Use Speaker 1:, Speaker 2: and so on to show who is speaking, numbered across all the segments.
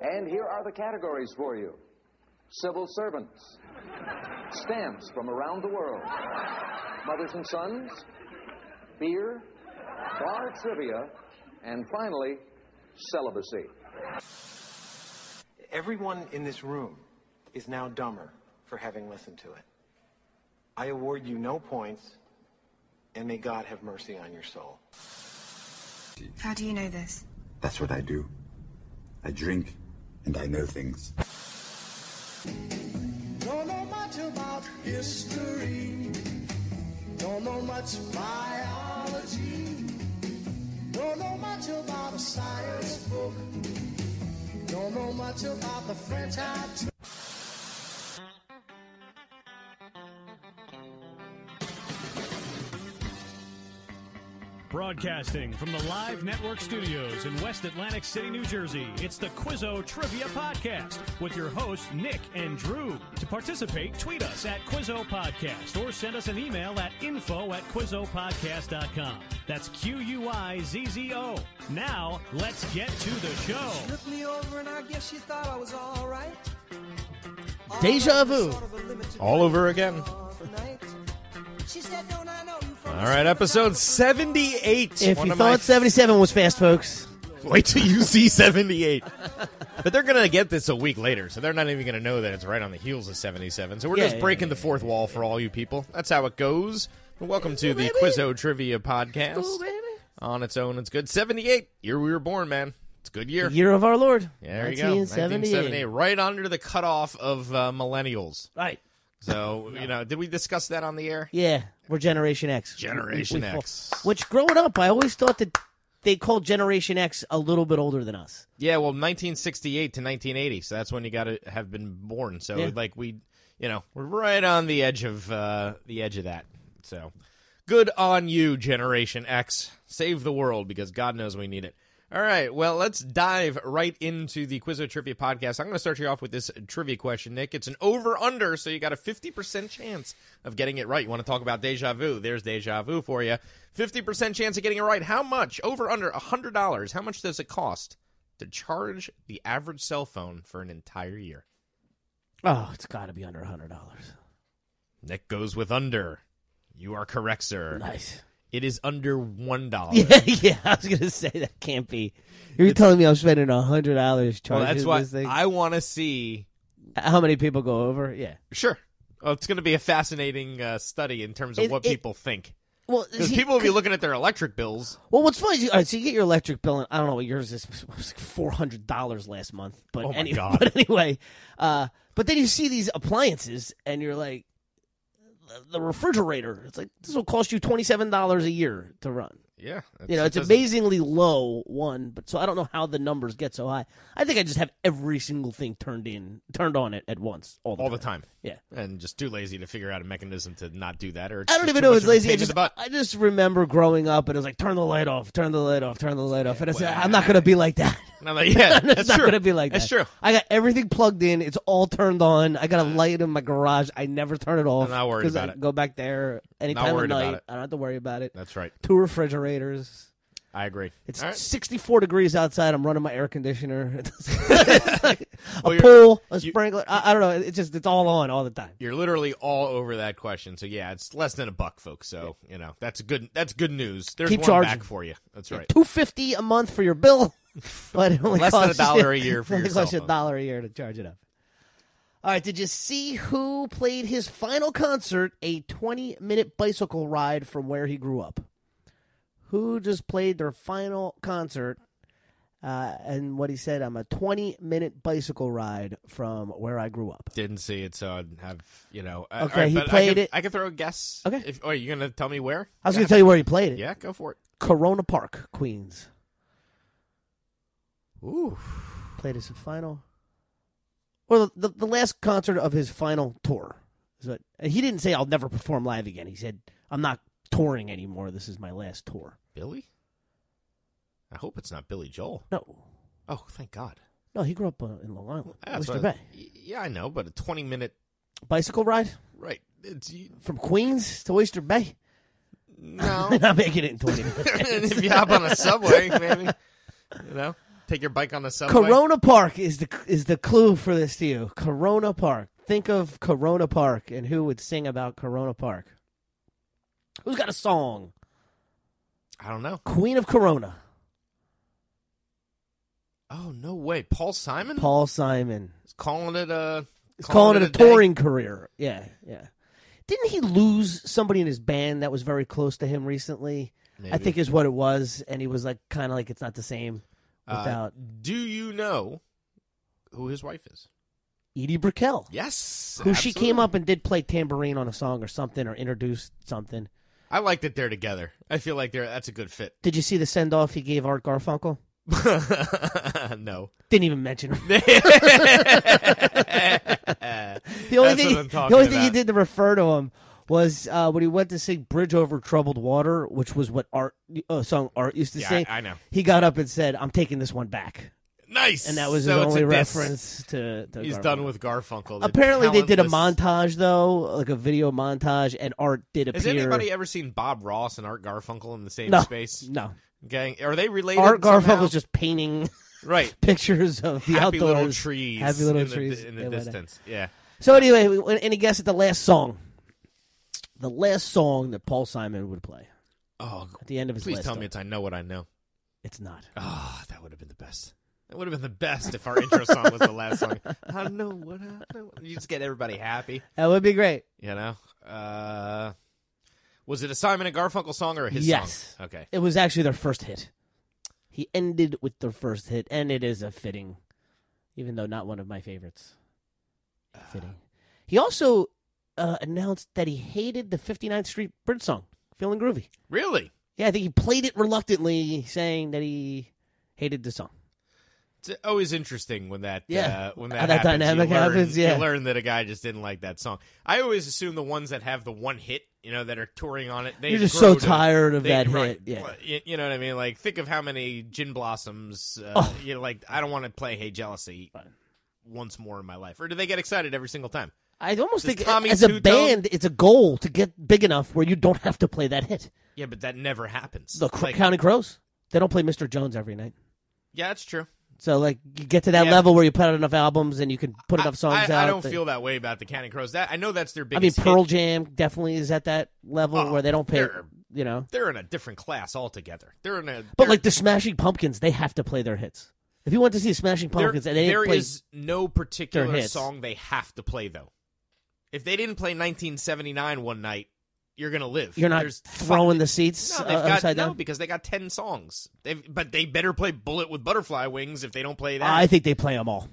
Speaker 1: And here are the categories for you civil servants, stamps from around the world, mothers and sons, beer, bar trivia, and finally, celibacy.
Speaker 2: Everyone in this room is now dumber for having listened to it. I award you no points, and may God have mercy on your soul.
Speaker 3: How do you know this?
Speaker 4: That's what I do. I drink and I know things.
Speaker 5: Don't know much about history. Don't know much biology. Don't know much about a science book. Don't know much about the French I took.
Speaker 6: Broadcasting from the Live Network studios in West Atlantic City, New Jersey, it's the Quizzo Trivia Podcast with your hosts, Nick and Drew. To participate, tweet us at Quizzo Podcast or send us an email at info at QuizzoPodcast.com. That's Q U I Z Z O. Now, let's get to the show.
Speaker 7: Looked me over and I guess she thought I was all right.
Speaker 8: Deja vu.
Speaker 9: All over again.
Speaker 7: She said, Don't I know you from
Speaker 9: All right, episode 78.
Speaker 8: If
Speaker 9: One
Speaker 8: you
Speaker 9: of my-
Speaker 8: thought 77 was fast, folks,
Speaker 9: Wait till you see 78. but they're going to get this a week later, so they're not even going to know that it's right on the heels of 77. So we're
Speaker 8: Yeah,
Speaker 9: just
Speaker 8: yeah,
Speaker 9: breaking the fourth wall for all you people. That's how it goes. And welcome to the Quizzo Trivia Podcast. On its own, it's good. 78, year we were born, man. It's a good year.
Speaker 8: the year of our Lord.
Speaker 9: Yeah, there you go. 1978,
Speaker 8: 1978.
Speaker 9: right under the cutoff of uh, millennials.
Speaker 8: Right.
Speaker 9: So, you know, did we discuss that on the air?
Speaker 8: Yeah, we're Generation X.
Speaker 9: Generation
Speaker 8: fall-
Speaker 9: X.
Speaker 8: Which, growing up, I always thought that they called Generation X a little bit older than us.
Speaker 9: Yeah, well, 1968 to 1980, so that's when you got to have been born. So
Speaker 8: Yeah.
Speaker 9: like we, you know, we're right on the edge of uh the edge of that. So good on you, Generation X. Save the world because God knows we need it. All right, well, let's dive right into the Quizzo Trivia podcast. I'm going to start you off with this trivia question, Nick. It's an over under, so you got a 50% chance of getting it right. You want to talk about deja vu? There's deja vu for you. 50% chance of getting it right. How much? Over under $100. How much does it cost? to charge the average cell phone for an entire year.
Speaker 8: Oh, it's got to be under $100.
Speaker 9: Nick goes with under. You are correct, sir.
Speaker 8: Nice.
Speaker 9: It is under one dollar.
Speaker 8: Yeah, yeah, I was gonna say that can't be. You're telling me I'm spending hundred dollars
Speaker 9: well,
Speaker 8: charging
Speaker 9: that's why
Speaker 8: this thing.
Speaker 9: I want to see.
Speaker 8: How many people go over? Yeah.
Speaker 9: Sure. Well, it's going to be a fascinating uh, study in terms of
Speaker 8: It-
Speaker 9: what
Speaker 8: it-
Speaker 9: people think.
Speaker 8: Well,
Speaker 9: Because
Speaker 8: see,
Speaker 9: people will be looking at their electric bills.
Speaker 8: Well, what's funny is you, all right, so you get your electric bill, and I don't know what yours is. It was like four hundred dollars last month, but,
Speaker 9: Oh my
Speaker 8: any-
Speaker 9: God.
Speaker 8: but anyway, uh, but then you see these appliances, and you're like, the- the refrigerator. It's like this will cost you twenty seven dollars a year to run.
Speaker 9: Yeah.
Speaker 8: You know, it's amazingly low one, but so I don't know how the numbers get so high. I think I just have every single thing turned in, turned on it at once, all the
Speaker 9: all the
Speaker 8: time.
Speaker 9: time.
Speaker 8: Yeah.
Speaker 9: And just too lazy to figure out a mechanism to not do that. Or it's
Speaker 8: I don't
Speaker 9: just
Speaker 8: even
Speaker 9: too
Speaker 8: know
Speaker 9: much
Speaker 8: it's
Speaker 9: of a
Speaker 8: lazy.
Speaker 9: pain
Speaker 8: I
Speaker 9: in the
Speaker 8: just,
Speaker 9: butt.
Speaker 8: I just remember growing up and it was like, turn the light off, turn the light off, turn the light off. And I said,
Speaker 9: Well,
Speaker 8: I'm not going to be like that.
Speaker 9: And I'm like, yeah,
Speaker 8: it's
Speaker 9: that's
Speaker 8: not
Speaker 9: true.
Speaker 8: going to be like
Speaker 9: that's
Speaker 8: that.
Speaker 9: true.
Speaker 8: I got everything plugged in. It's all turned on. I got a light in my garage. I never turn it off.
Speaker 9: I'm not worried
Speaker 8: 'cause
Speaker 9: about
Speaker 8: I
Speaker 9: it.
Speaker 8: Go back there anytime
Speaker 9: worried
Speaker 8: of
Speaker 9: about
Speaker 8: night.
Speaker 9: it.
Speaker 8: I don't have to worry about it.
Speaker 9: That's right.
Speaker 8: Two refrigerators.
Speaker 9: I agree.
Speaker 8: It's
Speaker 9: All right.
Speaker 8: 64 degrees outside. I'm running my air conditioner. It's like
Speaker 9: Well,
Speaker 8: a
Speaker 9: you're-
Speaker 8: pool, a
Speaker 9: you-
Speaker 8: sprinkler. I, I don't know. It's just it's all on all the time.
Speaker 9: You're literally all over that question. So yeah, it's less than a buck, folks. So you know that's good. That's good news. There's
Speaker 8: Keep
Speaker 9: one
Speaker 8: charging.
Speaker 9: back for you. That's right.
Speaker 8: two fifty a month for your bill, but it only
Speaker 9: Less than a
Speaker 8: costs
Speaker 9: dollar
Speaker 8: you-
Speaker 9: a year for
Speaker 8: it only
Speaker 9: your cell
Speaker 8: costs you a
Speaker 9: phone.
Speaker 8: dollar a year to charge it up. All right. Did you see who played his final concert? A twenty-minute bicycle ride from where he grew up. Who just played their final concert? Uh, and what he said, I'm a 20 minute bicycle ride from where I grew up.
Speaker 9: Didn't see it, so I'd have you know. I-
Speaker 8: Okay,
Speaker 9: all right,
Speaker 8: he
Speaker 9: but I
Speaker 8: played
Speaker 9: could-
Speaker 8: it-
Speaker 9: I can throw a guess.
Speaker 8: Okay.
Speaker 9: If, oh, you're gonna tell me where?
Speaker 8: I was going to tell you where he played it.
Speaker 9: Yeah, go for it.
Speaker 8: Corona Park, Queens.
Speaker 9: Ooh.
Speaker 8: played his final well the, the last concert of his final tour is what and he didn't say i'll never perform live again he said i'm not touring anymore this is my last tour
Speaker 9: Billy. I hope it's not Billy Joel.
Speaker 8: no
Speaker 9: Oh, thank God.
Speaker 8: no he grew up uh, in long island
Speaker 9: That's
Speaker 8: oyster
Speaker 9: what I-
Speaker 8: bay
Speaker 9: y- yeah, I know, but a 20 minute
Speaker 8: bicycle ride
Speaker 9: right. It's you-
Speaker 8: from queens to oyster bay
Speaker 9: no.
Speaker 8: not making it in 20 minutes
Speaker 9: if you hop on a subway, maybe. You know. Take your bike on the subway.
Speaker 8: Corona Park is the is the clue for this to you. Corona Park. Think of Corona Park and who would sing about Corona Park. Who's got a song?
Speaker 9: I don't know.
Speaker 8: Queen of Corona.
Speaker 9: Oh no way! Paul Simon
Speaker 8: Paul Simon.
Speaker 9: is calling it a.
Speaker 8: He's calling, it a,
Speaker 9: day.
Speaker 8: touring career. Yeah, yeah. Didn't he lose somebody in his band that was very close to him recently? I
Speaker 9: Maybe.
Speaker 8: think is what it was, and he was like kind of like it's not the same
Speaker 9: Uh,
Speaker 8: without
Speaker 9: Do you know who his wife is?
Speaker 8: Edie Brickell.
Speaker 9: Yes.
Speaker 8: who she came
Speaker 9: absolutely.
Speaker 8: up and did play tambourine on a song or something or introduced something.
Speaker 9: I like that they're together. I feel like they're that's a good fit.
Speaker 8: Did you see the send off he gave Art Garfunkel?
Speaker 9: no.
Speaker 8: Didn't even mention him.
Speaker 9: the
Speaker 8: The only thing, the only thing he did to refer to him was uh, when he went to sing "Bridge Over Troubled Water," which was what Art uh, song Art used to
Speaker 9: Yeah,
Speaker 8: sing.
Speaker 9: I- I know.
Speaker 8: He got up and said, "I'm taking this one back,"
Speaker 9: Nice.
Speaker 8: and that was
Speaker 9: So it's
Speaker 8: his
Speaker 9: a
Speaker 8: only
Speaker 9: diss.
Speaker 8: reference to. to
Speaker 9: He's
Speaker 8: Garfunkel.
Speaker 9: done with Garfunkel. the
Speaker 8: Apparently, they did a
Speaker 9: talentless-
Speaker 8: montage though, like a video montage, and Art did appear.
Speaker 9: Has anybody ever seen Bob Ross and Art Garfunkel in the same
Speaker 8: no,
Speaker 9: space?
Speaker 8: no.
Speaker 9: Okay, are they related?
Speaker 8: Art
Speaker 9: somehow?
Speaker 8: Garfunkel's just painting
Speaker 9: right.
Speaker 8: pictures of the
Speaker 9: happy
Speaker 8: outdoors,
Speaker 9: little trees,
Speaker 8: happy little
Speaker 9: in the,
Speaker 8: trees
Speaker 9: in the
Speaker 8: Yeah, why not?
Speaker 9: distance. Yeah,
Speaker 8: So anyway, we went- any guess at the last song? The last song that Paul Simon would play
Speaker 9: Oh,
Speaker 8: at the end of his
Speaker 9: please
Speaker 8: last
Speaker 9: tell
Speaker 8: song.
Speaker 9: me it's I know what I know.
Speaker 8: It's not.
Speaker 9: Oh, that would have been the best. That would have been the best if our intro song was the last song. I know what I know. You just get everybody happy,
Speaker 8: That would be great.
Speaker 9: you know. Uh, was it a Simon and Garfunkel song or his
Speaker 8: Yes.
Speaker 9: song? Okay.
Speaker 8: It was actually their first hit. He ended with their first hit, and it is a fitting, even though not one of my favorites.
Speaker 9: Uh.
Speaker 8: Fitting. He also uh, announced that he hated the 59th Street Bridge song, Feeling Groovy.
Speaker 9: Really?
Speaker 8: Yeah, I think he played it reluctantly, saying that he hated the song.
Speaker 9: It's always interesting when that
Speaker 8: Yeah.
Speaker 9: uh, when that,
Speaker 8: How that
Speaker 9: happens,
Speaker 8: dynamic
Speaker 9: you learn,
Speaker 8: happens, yeah.
Speaker 9: you learn that a guy just didn't like that song. I always assume the ones that have the one hit, you know, that are touring on it. They
Speaker 8: You're just
Speaker 9: grow
Speaker 8: so
Speaker 9: to-
Speaker 8: tired of
Speaker 9: they-
Speaker 8: that
Speaker 9: right.
Speaker 8: hit, yeah.
Speaker 9: Well, You, you know what I mean? Like, think of how many Gin Blossoms. Uh,
Speaker 8: Oh.
Speaker 9: You know, like, I don't want to play Hey Jealousy once more in my life. Or do they get excited every single time?
Speaker 8: I almost
Speaker 9: Does
Speaker 8: think
Speaker 9: Tommy
Speaker 8: as a
Speaker 9: Tutone-
Speaker 8: band, it's a goal to get big enough where you don't have to play that hit.
Speaker 9: Yeah, but that never happens.
Speaker 8: The Cr-
Speaker 9: Like,
Speaker 8: County Crows, they don't play Mr. Jones every night.
Speaker 9: yeah, it's true.
Speaker 8: So like you get to that
Speaker 9: Yeah.
Speaker 8: level where you put out enough albums and you can put enough songs
Speaker 9: I,
Speaker 8: out.
Speaker 9: I don't
Speaker 8: that-
Speaker 9: feel that way about the Counting Crows. That I know that's their
Speaker 8: I mean,
Speaker 9: biggest.
Speaker 8: Pearl
Speaker 9: hit.
Speaker 8: Jam definitely is at that level
Speaker 9: Oh,
Speaker 8: where they don't pay.
Speaker 9: they're-
Speaker 8: You know,
Speaker 9: They're in a different class altogether. They're in a.
Speaker 8: but
Speaker 9: they're-
Speaker 8: like the Smashing Pumpkins, they have to play their hits. If you want to see Smashing
Speaker 9: There-
Speaker 8: Pumpkins, and they
Speaker 9: there
Speaker 8: didn't play,
Speaker 9: is no particular
Speaker 8: hits.
Speaker 9: song they have to play though. If they didn't play 1979 one night, you're gonna live.
Speaker 8: you're not
Speaker 9: There's fi-
Speaker 8: throwing the seats
Speaker 9: No,
Speaker 8: uh,
Speaker 9: they've got
Speaker 8: upside
Speaker 9: no
Speaker 8: down.
Speaker 9: because they got ten songs. They've, but they better play "Bullet with Butterfly Wings" if they don't play that.
Speaker 8: I think they play them all.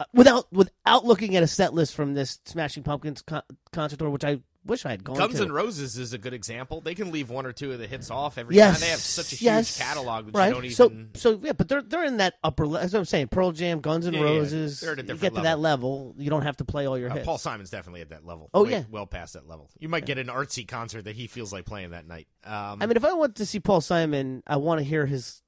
Speaker 8: Uh, Without without looking at a set list from this Smashing Pumpkins con- concert tour, which I wish I had gone
Speaker 9: Guns
Speaker 8: to.
Speaker 9: N' Roses is a good example. They can leave one or two of the hits off every
Speaker 8: yes,
Speaker 9: time. They have such a huge
Speaker 8: yes,
Speaker 9: catalog that
Speaker 8: right?
Speaker 9: you don't even.
Speaker 8: So so yeah, but they're they're in that upper. le- That's what I'm saying. Pearl Jam, Guns N'
Speaker 9: Yeah, yeah,
Speaker 8: Roses.
Speaker 9: they're at a
Speaker 8: you
Speaker 9: different
Speaker 8: get to that level, you don't have to play all your
Speaker 9: uh,
Speaker 8: hits.
Speaker 9: Paul Simon's definitely at that level.
Speaker 8: Oh,
Speaker 9: Way-
Speaker 8: yeah.
Speaker 9: well past that level. You might get an artsy concert that he feels like playing that night. Um,
Speaker 8: I mean, if I want to see Paul Simon, I want to hear his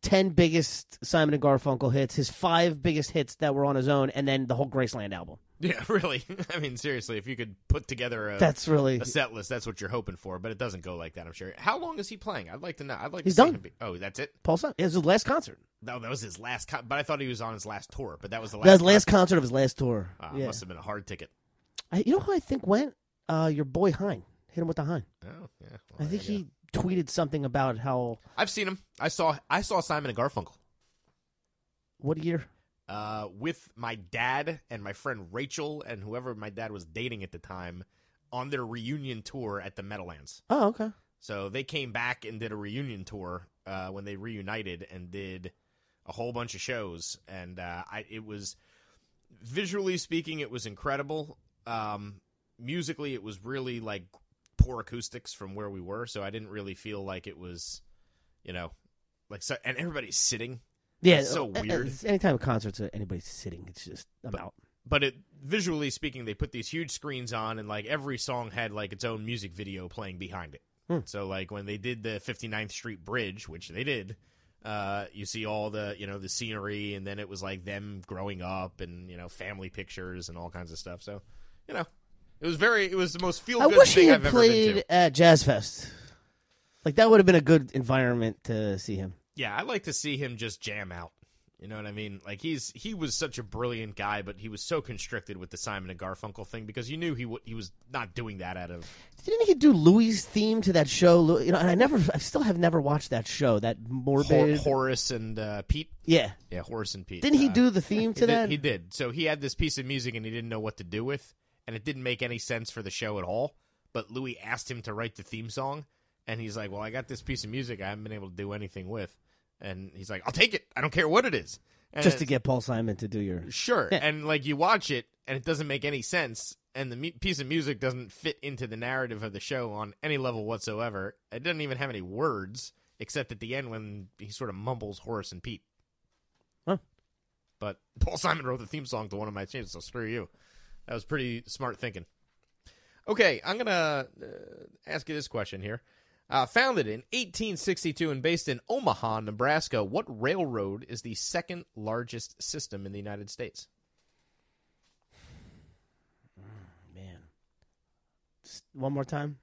Speaker 8: ten biggest Simon and Garfunkel hits, his five biggest hits that were on his own, and then the whole Graceland album.
Speaker 9: yeah, really. I mean, seriously, if you could put together a
Speaker 8: That's really
Speaker 9: a set list. That's what you're hoping for, but it doesn't go like that. I'm sure. How long is he playing? I'd like to know. I'd like
Speaker 8: He's
Speaker 9: to see
Speaker 8: done.
Speaker 9: him be- oh, that's it.
Speaker 8: Paul Simon. It was his last concert.
Speaker 9: No, that was his last. Con- but I thought he was on his last tour. But that was the last.
Speaker 8: That was the last concert of his last tour.
Speaker 9: con- Ah,
Speaker 8: yeah.
Speaker 9: Must have been a hard ticket.
Speaker 8: I, you know who I think went? Uh, your boy Hine. Hit him with the Hine.
Speaker 9: Oh, yeah. well,
Speaker 8: I
Speaker 9: there
Speaker 8: think
Speaker 9: you
Speaker 8: he tweeted something about how
Speaker 9: go. I've seen him. I saw. I saw Simon and Garfunkel.
Speaker 8: what year?
Speaker 9: Uh, with my dad and my friend Rachel and whoever my dad was dating at the time, on their reunion tour at the Meadowlands.
Speaker 8: Oh, okay.
Speaker 9: So they came back and did a reunion tour uh, when they reunited and did a whole bunch of shows. And uh, I, it was visually speaking, it was incredible. Um, musically, it was really like poor acoustics from where we were, so I didn't really feel like it was, you know, like so. And everybody's sitting,
Speaker 8: Yeah,
Speaker 9: That's so
Speaker 8: uh, uh,
Speaker 9: weird.
Speaker 8: it's Anytime a concert's uh, anybody's sitting, it's just I'm out.
Speaker 9: but it visually speaking, they put these huge screens on, and like every song had like its own music video playing behind it.
Speaker 8: Hmm.
Speaker 9: So like when they did the 59th Street Bridge, which they did, uh, you see all the you know the scenery, and then it was like them growing up and you know family pictures and all kinds of stuff. So you know, it was very it was the most feel
Speaker 8: I
Speaker 9: good
Speaker 8: wish
Speaker 9: thing
Speaker 8: he had
Speaker 9: I've ever been
Speaker 8: played
Speaker 9: to.
Speaker 8: at Jazz Fest. Like that would have been a good environment to see him.
Speaker 9: Yeah, I'd like to see him just jam out. You know what I mean? Like he's he was such a brilliant guy, but he was so constricted with the Simon and Garfunkel thing because you knew he w- he was not doing that out of
Speaker 8: Didn't he do Louis' theme to that show? Lou- You know, and I never, I still have never watched that show. That
Speaker 9: Hor-
Speaker 8: morbid.
Speaker 9: Horace and uh, Pete.
Speaker 8: yeah.
Speaker 9: Yeah, Horace and Pete.
Speaker 8: Didn't he
Speaker 9: Uh,
Speaker 8: do the theme to
Speaker 9: he
Speaker 8: that?
Speaker 9: Did, he did. So he had this piece of music and he didn't know what to do with, and it didn't make any sense for the show at all. But Louis asked him to write the theme song, and he's like, "Well, I got this piece of music I haven't been able to do anything with," and he's like, "I'll take it. I don't care what it is." And
Speaker 8: Just to
Speaker 9: it's-
Speaker 8: get Paul Simon to do your.
Speaker 9: sure, and like you watch it and it doesn't make any sense, and the mu- piece of music doesn't fit into the narrative of the show on any level whatsoever. It doesn't even have any words except at the end when he sort of mumbles Horace and Pete.
Speaker 8: Huh.
Speaker 9: But Paul Simon wrote the theme song to one of my tunes, so screw you. That was pretty smart thinking. Okay, I'm gonna uh, ask you this question here. Uh, founded in 1862 and based in Omaha, Nebraska, what railroad is the second largest system in the United States?
Speaker 8: Man. Just one more time.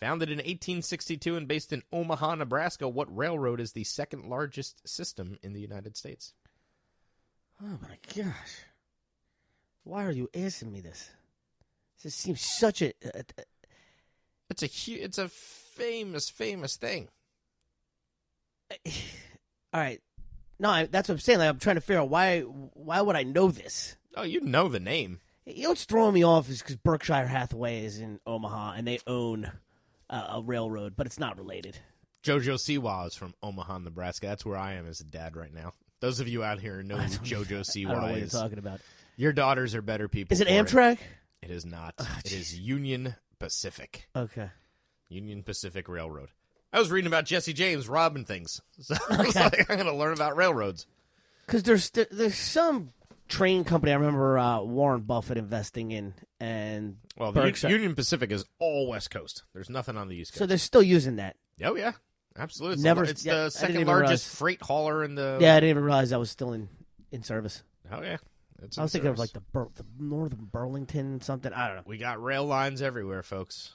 Speaker 9: Founded in 1862 and based in Omaha, Nebraska, what railroad is the second largest system in the United States?
Speaker 8: Oh my gosh. Why are you asking me this? This seems such a. a- a-
Speaker 9: It's a hu- it's a famous famous thing.
Speaker 8: all right. No, I, that's what I'm saying. Like, I'm trying to figure out why. Why would I know this?
Speaker 9: Oh, you know the name.
Speaker 8: You know what's throwing me off is because Berkshire Hathaway is in Omaha and they own uh, a railroad, but it's not related.
Speaker 9: Jojo Siwa is from Omaha, Nebraska. That's where I am as a dad right now. Those of you out here know who Jojo
Speaker 8: I don't know
Speaker 9: Siwa
Speaker 8: what you're
Speaker 9: is.
Speaker 8: talking about.
Speaker 9: Your daughters are better people.
Speaker 8: Is it
Speaker 9: for
Speaker 8: Amtrak?
Speaker 9: It is not. it is Union Pacific.
Speaker 8: Okay.
Speaker 9: Union Pacific Railroad. I was reading about Jesse James robbing things. So I was like, I'm going to learn about railroads.
Speaker 8: Because there's th- there's some train company I remember uh, Warren Buffett investing in, and
Speaker 9: Well, the
Speaker 8: Berkshire-
Speaker 9: U- Union Pacific is all West Coast. There's nothing on the East
Speaker 8: so
Speaker 9: Coast.
Speaker 8: they're still using that.
Speaker 9: oh, yeah. Absolutely. It's
Speaker 8: Never-
Speaker 9: the, it's
Speaker 8: yeah, I
Speaker 9: the
Speaker 8: didn't
Speaker 9: second
Speaker 8: even
Speaker 9: largest
Speaker 8: realize.
Speaker 9: freight hauler in the.
Speaker 8: Yeah, I didn't even realize I was still in in service.
Speaker 9: Oh, yeah. It's
Speaker 8: I was
Speaker 9: in
Speaker 8: thinking of
Speaker 9: service.
Speaker 8: like the, Bur- the northern Burlington something. I don't
Speaker 9: We got rail lines everywhere, folks.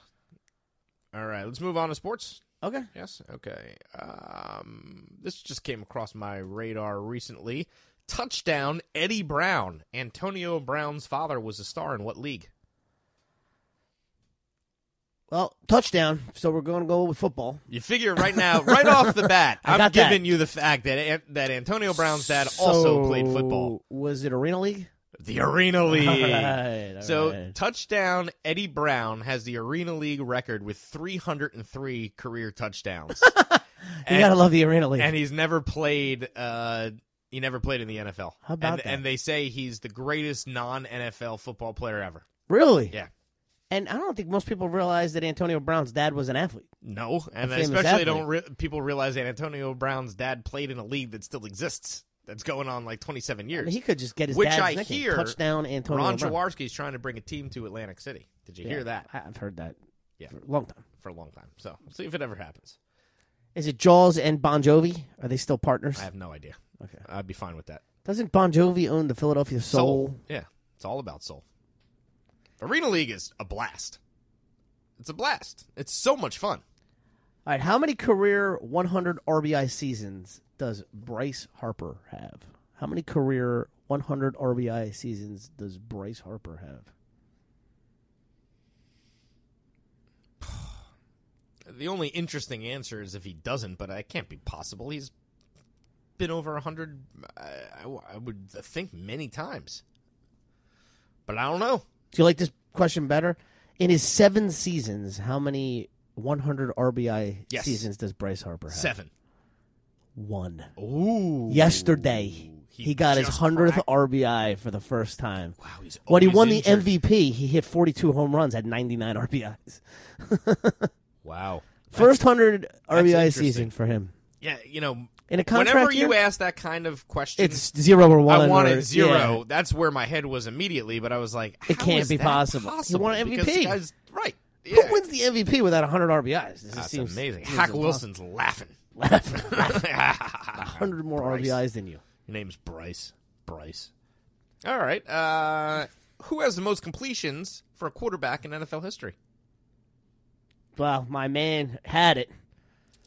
Speaker 9: All right, let's move on to sports.
Speaker 8: know. Okay.
Speaker 9: Yes. Okay. Um, this just came across my radar recently. Touchdown, Eddie Brown. Antonio Brown's father was a star in what league?
Speaker 8: Well, touchdown. So we're going to go with football.
Speaker 9: You figure right now, right off the bat,
Speaker 8: I
Speaker 9: I'm
Speaker 8: got that.
Speaker 9: giving you the fact that An- that Antonio Brown's dad also played football.
Speaker 8: So, Was it Arena League?
Speaker 9: The Arena League.
Speaker 8: right, all
Speaker 9: so
Speaker 8: right.
Speaker 9: touchdown Eddie Brown has the Arena League record with 303 career touchdowns.
Speaker 8: You
Speaker 9: And-
Speaker 8: gotta love the Arena League.
Speaker 9: and he's never played. Uh, he never played in the NFL.
Speaker 8: How about
Speaker 9: and,
Speaker 8: that?
Speaker 9: and they say he's the greatest non-NFL football player ever.
Speaker 8: really?
Speaker 9: Yeah.
Speaker 8: And I don't think most people realize that Antonio Brown's dad was an athlete.
Speaker 9: No, and
Speaker 8: famous
Speaker 9: especially
Speaker 8: athlete.
Speaker 9: don't re- people realize that Antonio Brown's dad played in a league that still exists. That's going on like 27
Speaker 8: I
Speaker 9: years.
Speaker 8: mean, he could just get his
Speaker 9: Which
Speaker 8: dad's
Speaker 9: I
Speaker 8: nickname,
Speaker 9: hear
Speaker 8: touchdown Antonio
Speaker 9: Ron
Speaker 8: Brown.
Speaker 9: Jaworski's trying to bring a team to Atlantic City. Did you hear that
Speaker 8: I- I've heard that.
Speaker 9: Yeah.
Speaker 8: For a long time.
Speaker 9: for a long time? So we'll see if it ever happens.
Speaker 8: Is it Jaws and Bon Jovi? Are they still partners?
Speaker 9: I have no idea.
Speaker 8: Okay.
Speaker 9: I'd be fine with that.
Speaker 8: Doesn't Bon Jovi own the Philadelphia Soul?
Speaker 9: Yeah, it's all about soul. Arena League is a blast. It's a blast. It's so much fun.
Speaker 8: All right, how many career 100 RBI seasons does Bryce Harper have? How many career 100 RBI seasons does Bryce Harper have?
Speaker 9: The only interesting answer is if he doesn't, but it can't be possible. He's been over 100, I, I- I would think, many times. But I don't know.
Speaker 8: Do you like this question better? In his seven seasons, how many 100 RBI
Speaker 9: Yes.
Speaker 8: seasons does Bryce Harper have?
Speaker 9: Seven.
Speaker 8: One.
Speaker 9: Ooh.
Speaker 8: Yesterday, he,
Speaker 9: He
Speaker 8: got his
Speaker 9: just
Speaker 8: 100th
Speaker 9: cracked-
Speaker 8: RBI for the first time. Wow,
Speaker 9: he's
Speaker 8: When he
Speaker 9: always
Speaker 8: won
Speaker 9: injured.
Speaker 8: the MVP, he hit 42 home runs, had 99 RBIs.
Speaker 9: Wow.
Speaker 8: First 100 RBI
Speaker 9: interesting.
Speaker 8: season for him.
Speaker 9: Yeah, you know,
Speaker 8: In a contract
Speaker 9: whenever you
Speaker 8: year?
Speaker 9: ask that kind of question,
Speaker 8: It's zero or one.
Speaker 9: I wanted
Speaker 8: or-
Speaker 9: zero.
Speaker 8: yeah.
Speaker 9: That's where my head was immediately, but I was like,
Speaker 8: It
Speaker 9: how
Speaker 8: can't
Speaker 9: is
Speaker 8: be
Speaker 9: that
Speaker 8: possible. He won an
Speaker 9: Because
Speaker 8: MVP.
Speaker 9: the guy's- right.
Speaker 8: Who
Speaker 9: Yeah.
Speaker 8: wins the MVP without 100 RBIs? This
Speaker 9: That's
Speaker 8: seems
Speaker 9: amazing.
Speaker 8: seems
Speaker 9: Hack
Speaker 8: impossible.
Speaker 9: Wilson's laughing.
Speaker 8: 100 more
Speaker 9: Bryce.
Speaker 8: RBIs than you.
Speaker 9: Your name's Bryce. Bryce. All right. Uh, who has the most completions for a quarterback in NFL history?
Speaker 8: Well, my man had it.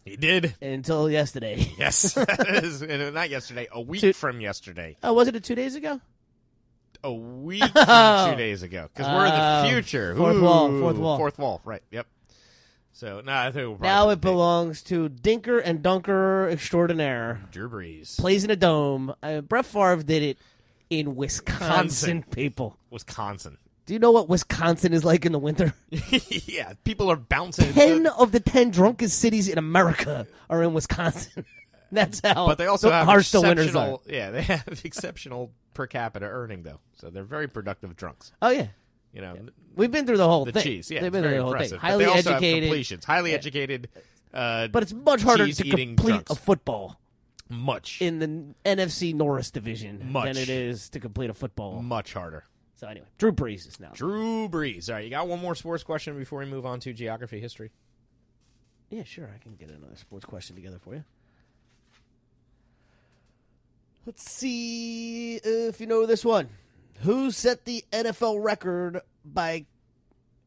Speaker 9: He did.
Speaker 8: until yesterday.
Speaker 9: Yes. That is- and not yesterday, a week
Speaker 8: Two-
Speaker 9: from yesterday.
Speaker 8: Oh, was it two days ago?
Speaker 9: A week from two days ago. Because we're in the
Speaker 8: Oh.
Speaker 9: future.
Speaker 8: Fourth wall,
Speaker 9: Ooh,
Speaker 8: fourth wall.
Speaker 9: Fourth Um, wall, right. Yep. So, no, I think we'll probably
Speaker 8: Now it
Speaker 9: take
Speaker 8: belongs to Dinker and Dunker extraordinaire.
Speaker 9: Drew Brees.
Speaker 8: Plays in a dome. Uh, Brett Favre did it in Wisconsin,
Speaker 9: Wisconsin.
Speaker 8: people.
Speaker 9: Wisconsin.
Speaker 8: Do you know what Wisconsin is like in the winter?
Speaker 9: yeah, people are bouncing.
Speaker 8: ten of the ten drunkest cities in America are in Wisconsin. That's how
Speaker 9: but they also have
Speaker 8: harsh Oh, the winters are.
Speaker 9: exceptional. Yeah, they have exceptional per capita earning though, so they're very productive drunks.
Speaker 8: Oh yeah.
Speaker 9: You know,
Speaker 8: We've been through the whole
Speaker 9: the
Speaker 8: thing.
Speaker 9: cheese. Yeah,
Speaker 8: They've
Speaker 9: it's
Speaker 8: been
Speaker 9: very
Speaker 8: through the whole
Speaker 9: impressive.
Speaker 8: thing.
Speaker 9: But
Speaker 8: Highly
Speaker 9: they also have
Speaker 8: educated.
Speaker 9: completions. Highly educated. Uh,
Speaker 8: But it's much harder to
Speaker 9: cheese-eating
Speaker 8: complete
Speaker 9: drunks.
Speaker 8: a football
Speaker 9: much,
Speaker 8: in the NFC Norris division
Speaker 9: Much.
Speaker 8: than it is to complete a football.
Speaker 9: much harder.
Speaker 8: So anyway, Drew Brees is now.
Speaker 9: Drew Brees. All right, you got one more sports question before we move on to geography history.
Speaker 8: Yeah, sure. I can get another sports question together for you. Let's see if you know this one. Who set the NFL record by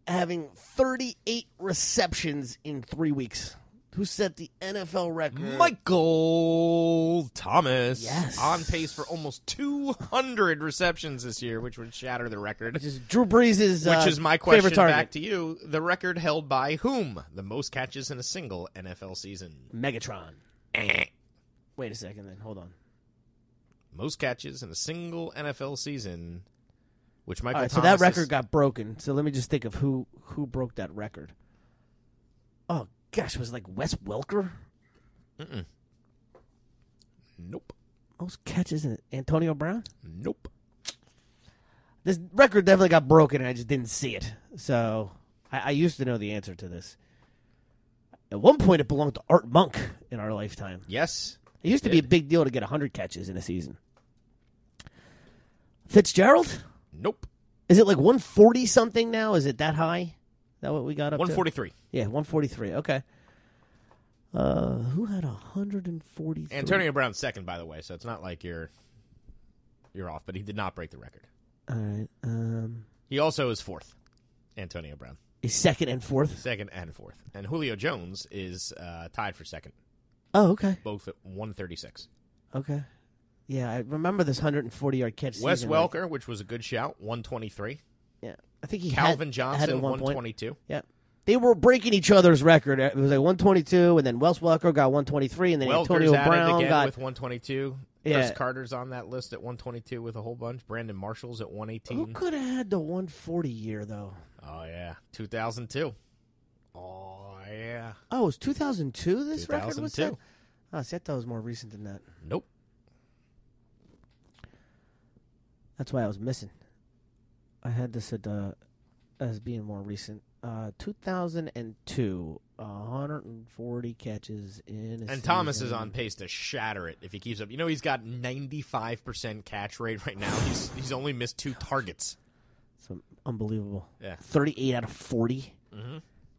Speaker 8: having 38 receptions in three weeks? Who set the NFL
Speaker 9: Hmm.
Speaker 8: record?
Speaker 9: Michael Thomas
Speaker 8: Yes.
Speaker 9: on pace for almost 200 receptions this year, which would shatter the record.
Speaker 8: Which is Drew Brees' uh,
Speaker 9: Which is my question
Speaker 8: favorite target.
Speaker 9: back to you. The record held by whom? The most catches in a single NFL season.
Speaker 8: Megatron. Wait a second, then. Hold on.
Speaker 9: Most catches in a single NFL season. Which
Speaker 8: All
Speaker 9: Michael
Speaker 8: right, so
Speaker 9: Thomas
Speaker 8: that record
Speaker 9: is-
Speaker 8: got broken. So let me just think of who who broke that record. Oh gosh, was it like Wes Welker?
Speaker 9: Nope.
Speaker 8: Most catches in Antonio Brown.
Speaker 9: Nope.
Speaker 8: This record definitely got broken, and I just didn't see it. So I, I used to know the answer to this. At one point, it belonged to Art Monk in our lifetime.
Speaker 9: Yes.
Speaker 8: It used to be a big deal to get hundred catches in a season. Fitzgerald,
Speaker 9: Nope.
Speaker 8: is it like one forty something now? Is it that high? Is that what we got up to?
Speaker 9: 143.
Speaker 8: Yeah, 143. Okay. Uh, who had 143?
Speaker 9: Antonio Brown's second, by the way, so it's not like you're you're off, but he did not break the record.
Speaker 8: All right. Um,
Speaker 9: He also is fourth. Antonio Brown.
Speaker 8: is second and fourth.
Speaker 9: Second and fourth. And Julio Jones is uh, tied for second,
Speaker 8: Oh, okay.
Speaker 9: both at 136.
Speaker 8: Okay. Yeah, I remember this 140 yard catch.
Speaker 9: Wes
Speaker 8: season,
Speaker 9: Welker, which was a good shout, 123.
Speaker 8: Like, yeah, I think he had-
Speaker 9: Calvin
Speaker 8: had
Speaker 9: Johnson,
Speaker 8: it at one point.
Speaker 9: 122.
Speaker 8: Yeah. They were breaking each other's record. It was like 122, and then Wes Welker got 123, and then
Speaker 9: Welker's
Speaker 8: Antonio
Speaker 9: added
Speaker 8: Brown
Speaker 9: again
Speaker 8: got.
Speaker 9: with 122.
Speaker 8: Yeah.
Speaker 9: Chris Carter's on that list at 122 with a whole bunch. Brandon Marshall's at
Speaker 8: Who
Speaker 9: 118.
Speaker 8: could have had the 140 year though?
Speaker 9: Oh, yeah. 2002. Oh, yeah.
Speaker 8: Oh, it was 2002. This record was set.
Speaker 9: 2002.
Speaker 8: Oh, see, I thought it was more recent than that.
Speaker 9: Nope.
Speaker 8: That's why I was missing. I had this at uh, as being more recent. Uh, 2002, 140 catches in. A
Speaker 9: And Thomas is
Speaker 8: season.
Speaker 9: on pace to shatter it if he keeps up. You know, he's got 95% catch rate right now. He's, he's only missed two targets.
Speaker 8: Some unbelievable.
Speaker 9: Yeah. Mm-hmm.
Speaker 8: 38 out of 40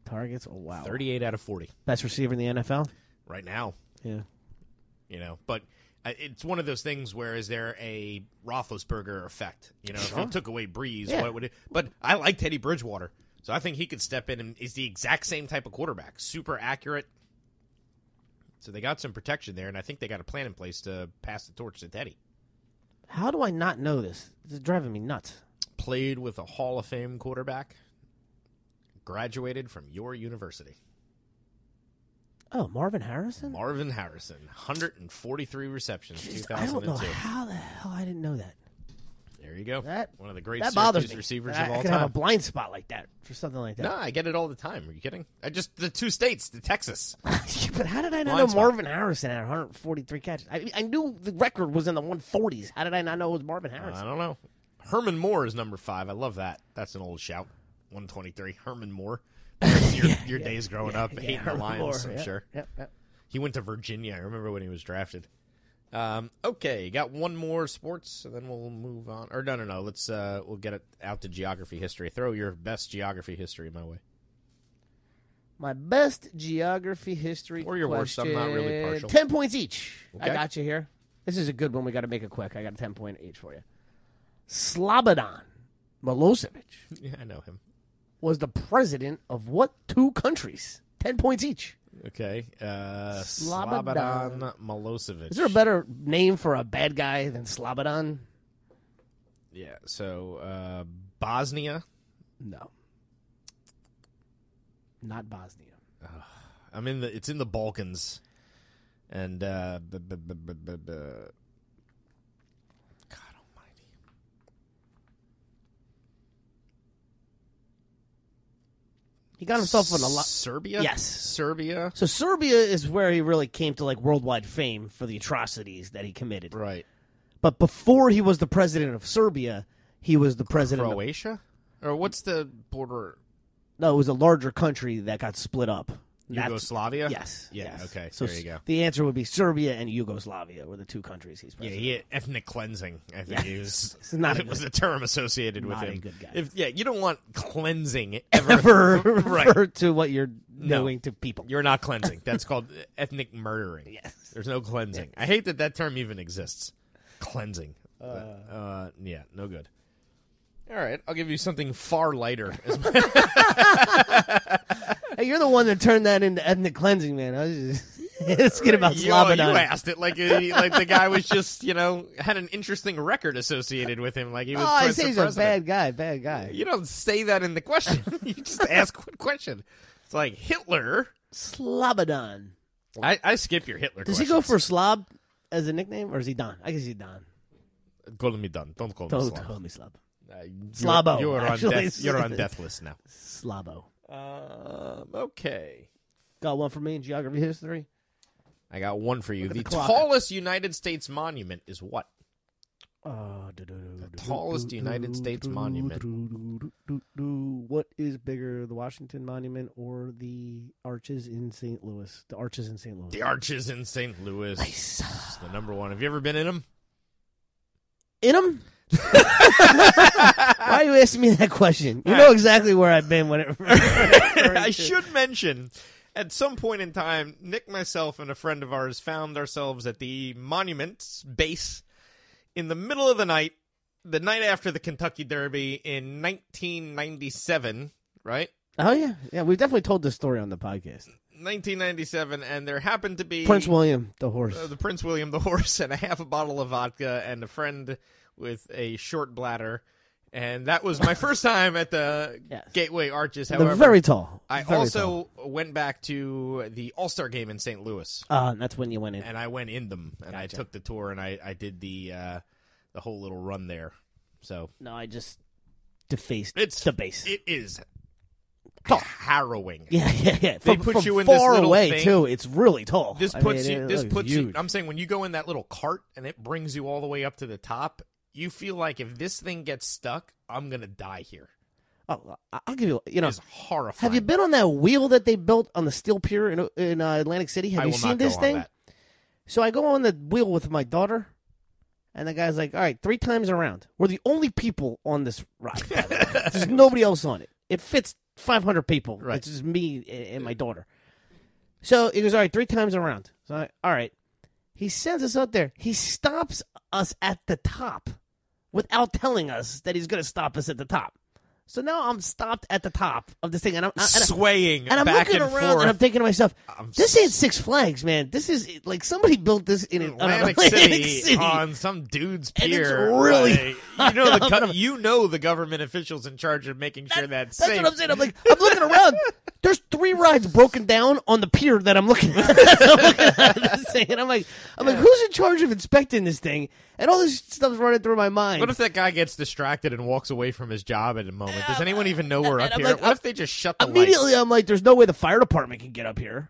Speaker 8: targets. Oh wow.
Speaker 9: 38 out of 40
Speaker 8: Best receiver in the NFL.
Speaker 9: right now.
Speaker 8: Yeah.
Speaker 9: you know. But uh, it's one of those things where is there a Roethlisberger effect? You know, if you took away Breeze,
Speaker 8: Yeah.
Speaker 9: what would it? But I like Teddy Bridgewater, so I think he could step in and is the exact same type of quarterback, super accurate. So they got some protection there, and I think they got a plan in place to pass the torch to Teddy.
Speaker 8: How do I not know this? This is driving me nuts.
Speaker 9: Played with a Hall of Fame quarterback, graduated from your university,
Speaker 8: Oh, Marvin Harrison.
Speaker 9: Marvin Harrison, 143 receptions,
Speaker 8: Jeez, I
Speaker 9: 2002.
Speaker 8: don't know how the hell I didn't know that.
Speaker 9: There you go.
Speaker 8: That-
Speaker 9: one of the great
Speaker 8: that bothers
Speaker 9: Syracuse
Speaker 8: me.
Speaker 9: receivers
Speaker 8: I,
Speaker 9: of
Speaker 8: I
Speaker 9: all
Speaker 8: could
Speaker 9: time.
Speaker 8: have a blind spot like that for something like that.
Speaker 9: No, I get it all the time. Are you kidding? I just the two states, the Texas.
Speaker 8: Yeah, but how did I not
Speaker 9: Blind
Speaker 8: know
Speaker 9: spot.
Speaker 8: Marvin Harrison had 143 catches? I, I knew the record was in the 140s. How did I not know it was Marvin
Speaker 9: I
Speaker 8: Harrison?
Speaker 9: don't know. Herman Moore is number five. I love that. That's an old shout. One twenty three. Herman Moore. That's your your days growing up, hating the
Speaker 8: Herman
Speaker 9: Lions.
Speaker 8: Moore,
Speaker 9: I'm
Speaker 8: yeah,
Speaker 9: sure.
Speaker 8: Yep, yep.
Speaker 9: He went to Virginia. I remember when he was drafted. Um, okay, you got one more sports, and then we'll move on. Or no, no, no. Let's uh, we'll get it out to geography history. Throw your best geography history my way,
Speaker 8: My best geography history
Speaker 9: Or your worst. I'm not really
Speaker 8: question.
Speaker 9: partial.
Speaker 8: Ten points each. I
Speaker 9: Okay.
Speaker 8: got you here. This is a good one. We got to make it quick. I got a ten point each for you. Slobodan Milosevic
Speaker 9: Yeah, I know him.
Speaker 8: was the president of what two countries? Ten points each.
Speaker 9: Okay. Uh,
Speaker 8: Slobodan.
Speaker 9: Slobodan Milosevic.
Speaker 8: Is there a better name for a bad guy than Slobodan?
Speaker 9: Yeah. So uh, Bosnia.
Speaker 8: No. Not Bosnia.
Speaker 9: I'm in the. It's in the Balkans. And uh, b- b- b- b- b- b- God Almighty.
Speaker 8: He got himself in a lot.
Speaker 9: Serbia.
Speaker 8: Yes.
Speaker 9: Serbia.
Speaker 8: So Serbia is where he really came to like worldwide fame for the atrocities that he committed.
Speaker 9: Right.
Speaker 8: But before he was the president of Serbia, he was the president. of-
Speaker 9: Croatia. Or what's the border?
Speaker 8: no, it was a larger country that got split up. That's-
Speaker 9: Yugoslavia.
Speaker 8: Yes.
Speaker 9: Yeah.
Speaker 8: yes.
Speaker 9: Okay.
Speaker 8: So
Speaker 9: there you
Speaker 8: s-
Speaker 9: go.
Speaker 8: The answer would be Serbia and Yugoslavia were the two countries he's
Speaker 9: Yeah,
Speaker 8: president.
Speaker 9: he ethnic cleansing. I think is
Speaker 8: This is not a
Speaker 9: it was
Speaker 8: good-
Speaker 9: a term associated
Speaker 8: not
Speaker 9: with
Speaker 8: a
Speaker 9: him.
Speaker 8: good guy.
Speaker 9: If yeah, you don't want cleansing ever.
Speaker 8: Ever
Speaker 9: right.
Speaker 8: refer to what you're
Speaker 9: No.
Speaker 8: doing to people.
Speaker 9: You're not cleansing. That's called ethnic murdering.
Speaker 8: Yes.
Speaker 9: There's no cleansing. I hate that that term even exists. Cleansing. Uh, uh, yeah, no good. All right, I'll give you something far lighter. as my-
Speaker 8: Hey, you're the one that turned that into ethnic cleansing, man. I was just it's good about
Speaker 9: you, oh, you
Speaker 8: Slobodan.
Speaker 9: asked it like he- like the guy was just you know had an interesting record associated with him. Like he was.
Speaker 8: oh, I
Speaker 9: pres-
Speaker 8: say
Speaker 9: the
Speaker 8: he's a
Speaker 9: president.
Speaker 8: bad guy, bad guy.
Speaker 9: You don't say that in the question. you just ask what question. It's like Hitler.
Speaker 8: Slobodan.
Speaker 9: I, I skip your Hitler.
Speaker 8: Does he go for Slob as a nickname, or is he Don? I guess he's Don.
Speaker 9: Call me done. Don't call me
Speaker 8: Don't
Speaker 9: Slob.
Speaker 8: call me Slob.
Speaker 9: Uh, you-
Speaker 8: Slobbo,
Speaker 9: You're on
Speaker 8: actually.
Speaker 9: death. You're on death list now.
Speaker 8: Slabo.
Speaker 9: Um, okay.
Speaker 8: Got one for me in geography history.
Speaker 9: I got one for you.
Speaker 8: at
Speaker 9: The,
Speaker 8: the clock.
Speaker 9: tallest United States monument is what?
Speaker 8: Oh, do, do, do, do,
Speaker 9: tallest
Speaker 8: do,
Speaker 9: United
Speaker 8: do,
Speaker 9: States
Speaker 8: do,
Speaker 9: monument.
Speaker 8: do, do, do, do. What is bigger, the Washington Monument or the arches in St. Louis? The arches in St. Louis.
Speaker 9: The Arches in St. Louis. It's the number one. Have you ever been in them?
Speaker 8: in them? Why are you asking me that question? You know exactly where I've been when it.
Speaker 9: I should mention, at some point in time, Nick, myself, and a friend of ours found ourselves at the monument's base in the middle of the night, the night after the Kentucky Derby in 1997, right?
Speaker 8: Oh yeah, yeah. We've definitely told this story on the podcast.
Speaker 9: 1997, and there happened to be
Speaker 8: Prince William, the horse.
Speaker 9: uh, the Prince William the horse and a half a bottle of vodka and a friend with a short bladder. And that was my first time at the
Speaker 8: Yes.
Speaker 9: Gateway Arches.
Speaker 8: They're
Speaker 9: However,
Speaker 8: very tall.
Speaker 9: I
Speaker 8: Very tall.
Speaker 9: also went back to the All Star game in St. Louis,
Speaker 8: Uh, that's when you went in.
Speaker 9: and I went in them, and I took the tour, and I, I did the uh, the whole little run there. So
Speaker 8: No, I just defaced
Speaker 9: It's-
Speaker 8: the base.
Speaker 9: it is harrowing.
Speaker 8: yeah, yeah, yeah.
Speaker 9: They
Speaker 8: From,
Speaker 9: put
Speaker 8: from
Speaker 9: you in this
Speaker 8: far
Speaker 9: little
Speaker 8: away
Speaker 9: thing.
Speaker 8: too. It's really tall.
Speaker 9: This
Speaker 8: I
Speaker 9: puts
Speaker 8: mean,
Speaker 9: you.
Speaker 8: it
Speaker 9: This
Speaker 8: looks
Speaker 9: puts you.
Speaker 8: huge.
Speaker 9: I'm saying when you go in that little cart and it brings you all the way up to the top, you feel like if this thing gets stuck, I'm gonna die here.
Speaker 8: Oh, I- I'll give you. You know,
Speaker 9: It's horrifying.
Speaker 8: have you been on that wheel that they built on the steel pier in in uh, Atlantic City? Have
Speaker 9: I
Speaker 8: you
Speaker 9: will
Speaker 8: seen
Speaker 9: not go
Speaker 8: this
Speaker 9: on
Speaker 8: thing?
Speaker 9: that.
Speaker 8: So I go on the wheel with my daughter, and the guy's like, "All right, three times around." We're the only people on this ride. by the way. There's nobody else on it. It fits 500 people.
Speaker 9: Right.
Speaker 8: It's just me and- and my daughter. So he goes, "All right, three times around." So I, all right, he sends us out there. He stops us at the top without telling us that he's going to stop us at the top. So now I'm stopped at the top of this thing, and I'm and I-
Speaker 9: Swaying
Speaker 8: and I'm
Speaker 9: back
Speaker 8: looking
Speaker 9: and
Speaker 8: around
Speaker 9: forth.
Speaker 8: and I'm thinking to myself,
Speaker 9: I'm
Speaker 8: this ain't Six Flags, man. This is like somebody built this in an- on
Speaker 9: Atlantic,
Speaker 8: Atlantic
Speaker 9: City, on some dude's
Speaker 8: And it's
Speaker 9: pier.
Speaker 8: really
Speaker 9: like, you know the
Speaker 8: high
Speaker 9: gov-
Speaker 8: up.
Speaker 9: you know the government officials in charge of making sure that's
Speaker 8: That's
Speaker 9: safe.
Speaker 8: what I'm saying. I'm like, I'm looking around. There's three rides broken down on the pier that I'm looking at. I'm looking at this thing, and I'm like, I'm like, who's in charge of inspecting this thing? And all this stuff's running through my mind.
Speaker 9: What if that guy gets distracted and walks away from his job at a moment? Does anyone even know we're up
Speaker 8: I'm
Speaker 9: here?
Speaker 8: like,
Speaker 9: what if they just shut the
Speaker 8: Immediately,
Speaker 9: lights?
Speaker 8: I'm like, there's no way the fire department can get up here.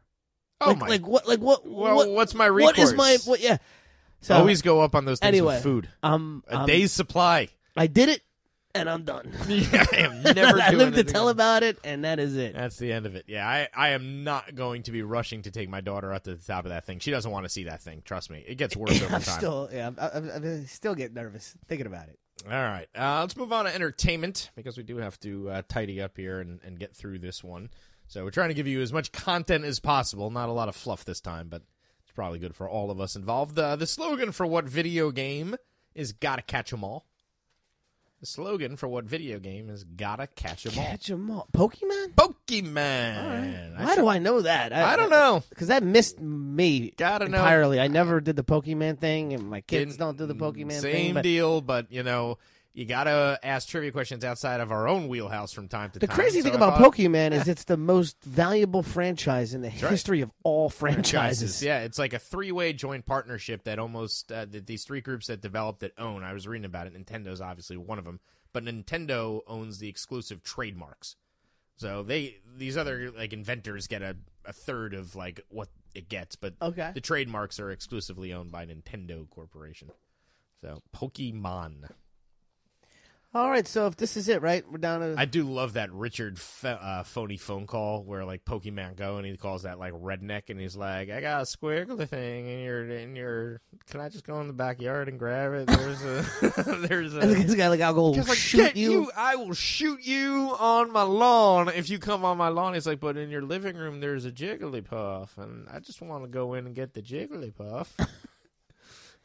Speaker 9: Oh
Speaker 8: like,
Speaker 9: my!
Speaker 8: like what? Like what?
Speaker 9: Well,
Speaker 8: what-
Speaker 9: what's my
Speaker 8: What is my?
Speaker 9: recourse?
Speaker 8: What? Yeah. So
Speaker 9: Always go up on those things
Speaker 8: anyway,
Speaker 9: with food.
Speaker 8: Um,
Speaker 9: A
Speaker 8: um,
Speaker 9: day's supply.
Speaker 8: I did it, and I'm done.
Speaker 9: I am never
Speaker 8: I
Speaker 9: doing
Speaker 8: live to
Speaker 9: it
Speaker 8: tell
Speaker 9: again.
Speaker 8: about it, and that is it.
Speaker 9: That's the end of it. Yeah, I, I am not going to be rushing to take my daughter up to the top of that thing. She doesn't want to see that thing. Trust me, it gets worse over
Speaker 8: I'm
Speaker 9: time.
Speaker 8: still, yeah, I, I, I still get nervous thinking about it.
Speaker 9: All right, uh, let's move on to entertainment because we do have to uh, tidy up here and, and get through this one. So we're trying to give you as much content as possible. Not a lot of fluff this time, but it's probably good for all of us involved. Uh, the slogan for what video game is "Gotta catch 'em all." The slogan for what video game is "Gotta catch 'em all."
Speaker 8: Catch 'em all. Pokemon?
Speaker 9: Pokemon.
Speaker 8: Why do I know that?
Speaker 9: I don't know.
Speaker 8: Because that missed me
Speaker 9: Gotta know.
Speaker 8: entirely. I never did the Pokemon thing, and my kids
Speaker 9: Didn't-
Speaker 8: don't do the Pokemon
Speaker 9: Same
Speaker 8: thing. but
Speaker 9: deal, but you know, you gotta ask trivia questions outside of our own wheelhouse from time to
Speaker 8: the
Speaker 9: time.
Speaker 8: crazy
Speaker 9: So
Speaker 8: thing
Speaker 9: I
Speaker 8: about
Speaker 9: thought-
Speaker 8: Pokemon is it's the most valuable franchise in the history of all franchises.
Speaker 9: Yeah, it's like a three-way joint partnership that almost uh, that these three groups that developed it own. I was reading about it. Nintendo's obviously one of them, but Nintendo owns the exclusive trademarks. So they these other like inventors get a, a third of like what it gets, but
Speaker 8: Okay.
Speaker 9: the trademarks are exclusively owned by Nintendo Corporation. So Pokemon.
Speaker 8: All right, so if this is it, right? We're down to
Speaker 9: I do love that Richard f- uh, phony phone call where like Pokemon Go and he calls that like redneck and he's like, I got a squiggly thing in your in your. Can I just go in the backyard and grab it? There's a there's a.
Speaker 8: this guy like I'll go
Speaker 9: He's like,
Speaker 8: shoot
Speaker 9: "Get I will shoot you on my lawn if you come on my lawn. He's like, but in your living room there's a Jigglypuff, and I just want to go in and get the Jigglypuff. the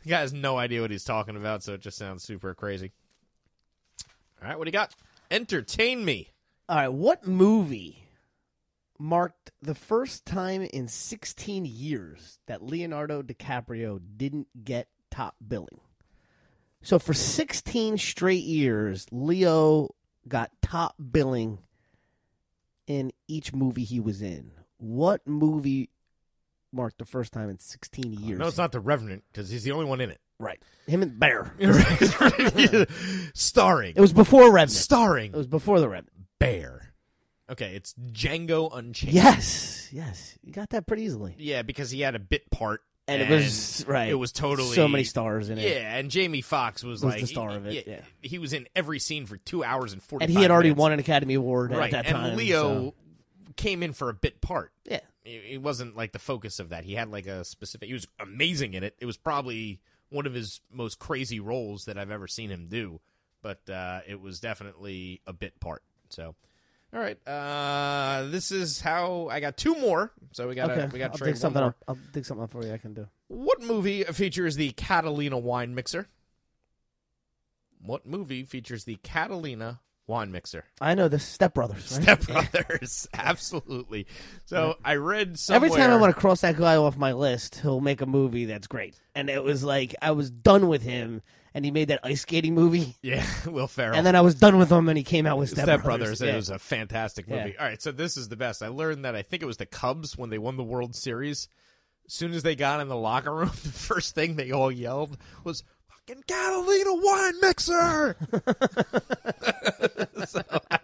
Speaker 9: guy has no idea what he's talking about, so it just sounds super crazy. All right, what do you got? Entertain me.
Speaker 8: All right, what movie marked the first time in 16 years that Leonardo DiCaprio didn't get top billing? So for 16 straight years, Leo got top billing in each movie he was in. What movie marked the first time in 16 years?
Speaker 9: Oh, No, it's not the Revenant because he's the only one in it.
Speaker 8: right. Him and Bear.
Speaker 9: starring,
Speaker 8: It was before Revenant.
Speaker 9: starring
Speaker 8: It was before the Revenant.
Speaker 9: Bear. Okay, it's Django Unchained.
Speaker 8: Yes, yes. You got that pretty easily.
Speaker 9: yeah, because he had a bit part,
Speaker 8: and it was right.
Speaker 9: It was totally
Speaker 8: so many stars in it.
Speaker 9: Yeah, and Jamie Foxx was,
Speaker 8: Was
Speaker 9: like
Speaker 8: the star of it,
Speaker 9: He,
Speaker 8: yeah.
Speaker 9: he was in every scene for two hours and forty.
Speaker 8: and he had already won an Academy Award at
Speaker 9: right,
Speaker 8: that
Speaker 9: and
Speaker 8: time.
Speaker 9: Leo
Speaker 8: so-
Speaker 9: came in for a bit part.
Speaker 8: yeah,
Speaker 9: It it wasn't like the focus of that. He had like a specific. He was amazing in it. It was probably one of his most crazy roles that I've ever seen him do. But uh, it was definitely a bit part. So, all right, uh, this is how I got two more. So we got
Speaker 8: okay.
Speaker 9: to we got
Speaker 8: I'll
Speaker 9: to trade
Speaker 8: dig
Speaker 9: one
Speaker 8: something
Speaker 9: more.
Speaker 8: up. I'll dig something up for you. I can do.
Speaker 9: What movie features the Catalina wine mixer? What movie features the Catalina wine mixer?
Speaker 8: I know the Step Brothers. Right?
Speaker 9: Step Brothers, absolutely. So I read somewhere.
Speaker 8: Every time I want to cross that guy off my list, he'll make a movie that's great. And it was like I was done with him, and he made that ice skating movie,
Speaker 9: yeah, Will Ferrell.
Speaker 8: and then I was done with him, and he came out with
Speaker 9: Step,
Speaker 8: Step,
Speaker 9: Brothers.
Speaker 8: Yeah.
Speaker 9: It was a fantastic movie.
Speaker 8: Yeah.
Speaker 9: All right, so this is the best. I learned that I think it was the Cubs when they won the World Series. As soon as they got in the locker room, the first thing they all yelled was "Fucking Catalina wine mixer." So, I-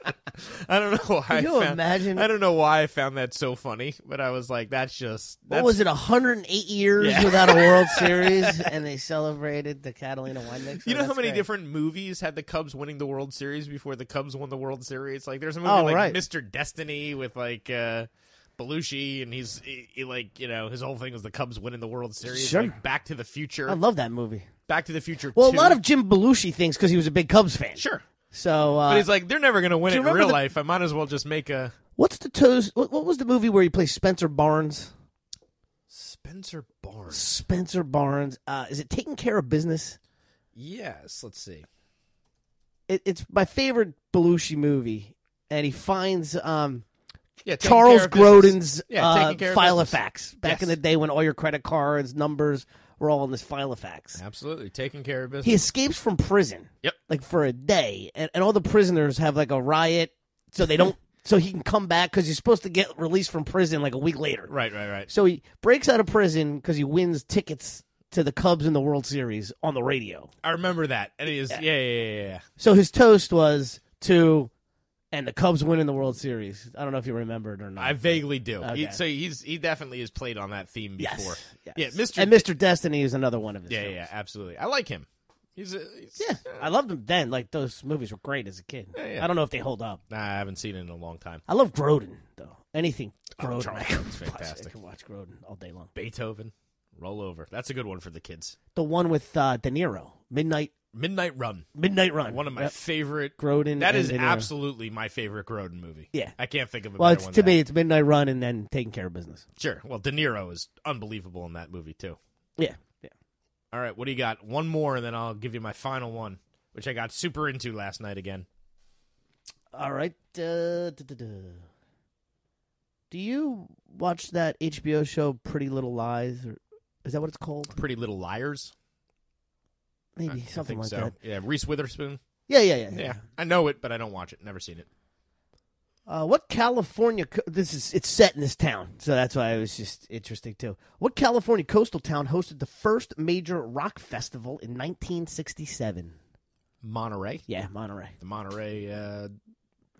Speaker 9: I don't know why.
Speaker 8: Can
Speaker 9: I
Speaker 8: you
Speaker 9: found,
Speaker 8: imagine-
Speaker 9: I don't know why I found that so funny, but I was like, "That's just."
Speaker 8: what
Speaker 9: That's,
Speaker 8: was it? 108 years
Speaker 9: Yeah.
Speaker 8: without a World Series, and they celebrated the Catalina wine mixer.
Speaker 9: You know how
Speaker 8: That's
Speaker 9: many
Speaker 8: great.
Speaker 9: different movies had the Cubs winning the World Series before the Cubs won the World Series? Like, there's a movie
Speaker 8: Oh,
Speaker 9: like
Speaker 8: right.
Speaker 9: Mr. Destiny with like uh, Belushi, and he's he, he, like, you know, his whole thing was the Cubs winning the World Series.
Speaker 8: Sure.
Speaker 9: Like Back to the Future,
Speaker 8: I love that movie.
Speaker 9: Back to the Future.
Speaker 8: Well,
Speaker 9: 2.
Speaker 8: a lot of Jim Belushi things because he was a big Cubs fan.
Speaker 9: sure,
Speaker 8: So, uh,
Speaker 9: but he's like, they're never gonna win
Speaker 8: do
Speaker 9: it
Speaker 8: you
Speaker 9: in
Speaker 8: remember
Speaker 9: real
Speaker 8: the-
Speaker 9: life. I might as well just make a
Speaker 8: what's the toes? What, what was the movie where he plays Spencer Barnes?
Speaker 9: Spencer Barnes.
Speaker 8: Spencer Barnes. Uh, is it Taking Care of Business?
Speaker 9: Yes, let's see.
Speaker 8: It, it's my favorite Belushi movie, and he finds um,
Speaker 9: Yeah, Taking Care
Speaker 8: Charles
Speaker 9: of Business.
Speaker 8: Grodin's
Speaker 9: Yeah, Taking
Speaker 8: uh,
Speaker 9: Care of
Speaker 8: file of
Speaker 9: Business.
Speaker 8: facts back
Speaker 9: Yes.
Speaker 8: in the day when all your credit cards numbers were all in this file of facts.
Speaker 9: Absolutely, taking care of business.
Speaker 8: He escapes from prison.
Speaker 9: Yep.
Speaker 8: Like for a day, and, and all the prisoners have like a riot, so they don't. so he can come back because he's supposed to get released from prison like a week later.
Speaker 9: right, right, right.
Speaker 8: So he breaks out of prison because he wins tickets to the Cubs in the World Series on the radio.
Speaker 9: I remember that. And he is, yeah, yeah, yeah, yeah.
Speaker 8: So his toast was to, and the Cubs win in the World Series. I don't know if you remember it or not.
Speaker 9: I vaguely do. He-
Speaker 8: Okay.
Speaker 9: so he's he definitely has played on that theme
Speaker 8: Yes,
Speaker 9: before.
Speaker 8: yes.
Speaker 9: Yeah, Mr.
Speaker 8: and Mr. Destiny is another one of his.
Speaker 9: yeah, yeah,
Speaker 8: films.
Speaker 9: yeah, absolutely. I like him. He's, a, he's
Speaker 8: yeah. I loved them then. Like those movies were great as a kid.
Speaker 9: yeah.
Speaker 8: I don't know if they hold up.
Speaker 9: Nah, I haven't seen it in a long time.
Speaker 8: I love Grodin though. Anything Grodin,
Speaker 9: Charles
Speaker 8: I can
Speaker 9: Grodin's
Speaker 8: watch. I
Speaker 9: fantastic.
Speaker 8: can watch Grodin all day long.
Speaker 9: Beethoven, Roll Over. That's a good one for the kids.
Speaker 8: The one with uh, De Niro, Midnight
Speaker 9: Midnight Run,
Speaker 8: Midnight Run.
Speaker 9: one of my
Speaker 8: Yep.
Speaker 9: favorite.
Speaker 8: Grodin.
Speaker 9: That
Speaker 8: and
Speaker 9: is
Speaker 8: De Niro.
Speaker 9: absolutely my favorite Grodin movie.
Speaker 8: Yeah.
Speaker 9: I can't think of a
Speaker 8: Well,
Speaker 9: better
Speaker 8: it's
Speaker 9: one
Speaker 8: to
Speaker 9: than
Speaker 8: me, it's Midnight Run and then Taking Care of Business.
Speaker 9: that. Sure. Well, De Niro is unbelievable in that movie too.
Speaker 8: Yeah, yeah.
Speaker 9: All right, what do you got? One more, and then I'll give you my final one. which I got super into last night again.
Speaker 8: All right. Uh, duh, duh, duh. Do you watch that HBO show Pretty Little Lies? Or is that what it's called?
Speaker 9: Pretty Little Liars. I-
Speaker 8: Maybe
Speaker 9: I think
Speaker 8: something like
Speaker 9: so.
Speaker 8: that.
Speaker 9: Yeah, Reese Witherspoon.
Speaker 8: Yeah, yeah, yeah.
Speaker 9: Yeah. I know it, but I don't watch it. Never seen it.
Speaker 8: Uh, what California? Co- this is it's set in this town, so that's why it was just interesting too. What California coastal town hosted the first major rock festival in 1967?
Speaker 9: Monterey.
Speaker 8: Yeah, Monterey.
Speaker 9: The Monterey. Uh,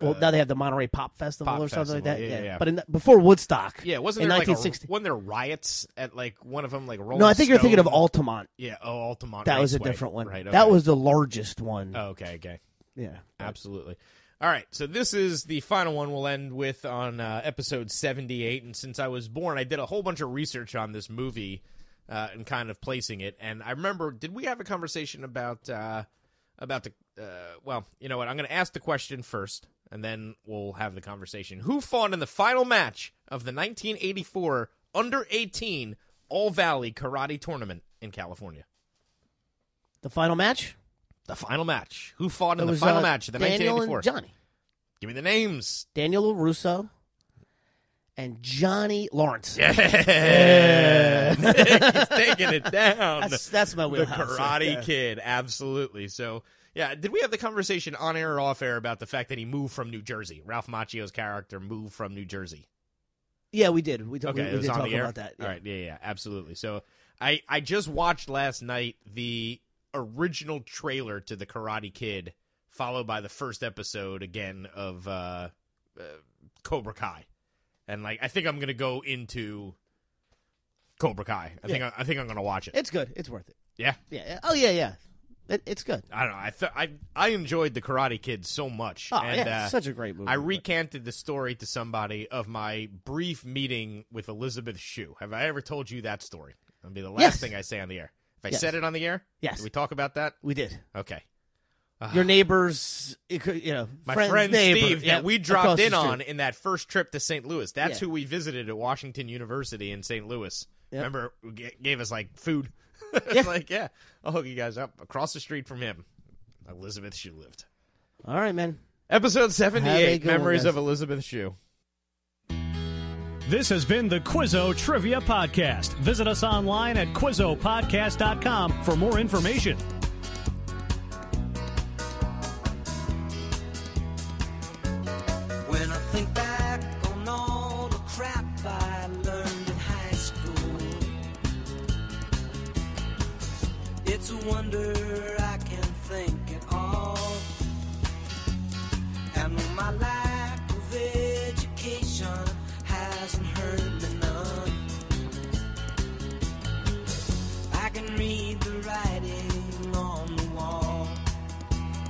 Speaker 8: Well, now they have the Monterey Pop Festival
Speaker 9: Pop
Speaker 8: or something like that.
Speaker 9: Festival, yeah, yeah.
Speaker 8: But in the, before Woodstock,
Speaker 9: yeah, wasn't
Speaker 8: in
Speaker 9: there like a,
Speaker 8: 1960?
Speaker 9: wasn't there riots at like one of them like Rolling
Speaker 8: no, I think you're thinking of
Speaker 9: Stone?
Speaker 8: Altamont.
Speaker 9: Yeah, oh Altamont.
Speaker 8: That was a
Speaker 9: Raceway.
Speaker 8: different one.
Speaker 9: Right.
Speaker 8: That
Speaker 9: okay.
Speaker 8: was the largest one.
Speaker 9: Oh, okay. Okay.
Speaker 8: Yeah.
Speaker 9: Absolutely. All right, so this is the final one we'll end with on uh, episode 78. And since I was born, I did a whole bunch of research on this movie uh, and kind of placing it. And I remember, did we have a conversation about uh, about the? Uh, well, you know what? I'm going to ask the question first, and then we'll have the conversation. Who fought in the final match of the 1984 under 18 All Valley Karate Tournament in California?
Speaker 8: The final match?
Speaker 9: The final match. Who fought in
Speaker 8: It
Speaker 9: the
Speaker 8: was,
Speaker 9: final
Speaker 8: uh,
Speaker 9: match of the
Speaker 8: Daniel
Speaker 9: 1984?
Speaker 8: and Johnny.
Speaker 9: Give me the names.
Speaker 8: Daniel Russo and Johnny Lawrence.
Speaker 9: Yeah. He's taking it down.
Speaker 8: That's, that's my
Speaker 9: the
Speaker 8: wheelhouse. right
Speaker 9: Karate
Speaker 8: there.
Speaker 9: Kid, absolutely. So, yeah, did we have the conversation on air or off air about the fact that he moved from New Jersey? Ralph Macchio's character moved from New Jersey.
Speaker 8: Yeah, we did. We,
Speaker 9: Okay,
Speaker 8: okay, we,
Speaker 9: it was
Speaker 8: did
Speaker 9: on
Speaker 8: talk
Speaker 9: the air.
Speaker 8: about that. Yeah.
Speaker 9: All right, yeah, yeah, absolutely. So, I I just watched last night the original trailer to the Karate Kid, followed by the first episode again of uh, uh, Cobra Kai, and like I think I'm gonna go into Cobra Kai. I think I, I think I'm gonna watch it.
Speaker 8: It's good. It's worth it.
Speaker 9: yeah,
Speaker 8: Yeah. yeah. Oh, yeah, yeah. It, it's good.
Speaker 9: I don't know. I th- I I enjoyed the Karate Kid so much.
Speaker 8: Oh,
Speaker 9: and,
Speaker 8: yeah.
Speaker 9: uh,
Speaker 8: such a great movie.
Speaker 9: I recanted the story to somebody of my brief meeting with Elizabeth Shue. Have I ever told you that story? That'll be the last
Speaker 8: Yes.
Speaker 9: thing I say on the air. If I
Speaker 8: Yes.
Speaker 9: said it on the air,
Speaker 8: Yes.
Speaker 9: Did we talk about that?
Speaker 8: We did.
Speaker 9: Okay.
Speaker 8: Your neighbor's, it could- you know,
Speaker 9: Ah. My
Speaker 8: friend's
Speaker 9: friend
Speaker 8: neighbor,
Speaker 9: Steve
Speaker 8: yeah,
Speaker 9: that we
Speaker 8: across
Speaker 9: dropped
Speaker 8: the
Speaker 9: in
Speaker 8: street.
Speaker 9: on in that first trip to St. Louis. That's
Speaker 8: Yeah.
Speaker 9: who we visited at Washington University in St. Louis.
Speaker 8: Yep.
Speaker 9: Remember, who ga- gave us like food.
Speaker 8: Yeah.
Speaker 9: like yeah, I'll hook you guys up across the street from him. Elizabeth Shue lived.
Speaker 8: All right, man.
Speaker 9: Episode
Speaker 8: Have a
Speaker 9: 78
Speaker 8: good one,
Speaker 9: Memories
Speaker 8: guys.
Speaker 9: of Elizabeth Shue.
Speaker 6: This has been the Quizzo Trivia Podcast. Visit us online at QuizzoPodcast.com for more information.
Speaker 7: When I think back on all the crap uh, I learned in high school, it's a wonder I can think at all. And when my lack of education hasn't hurt me none, I can read the writing on the wall.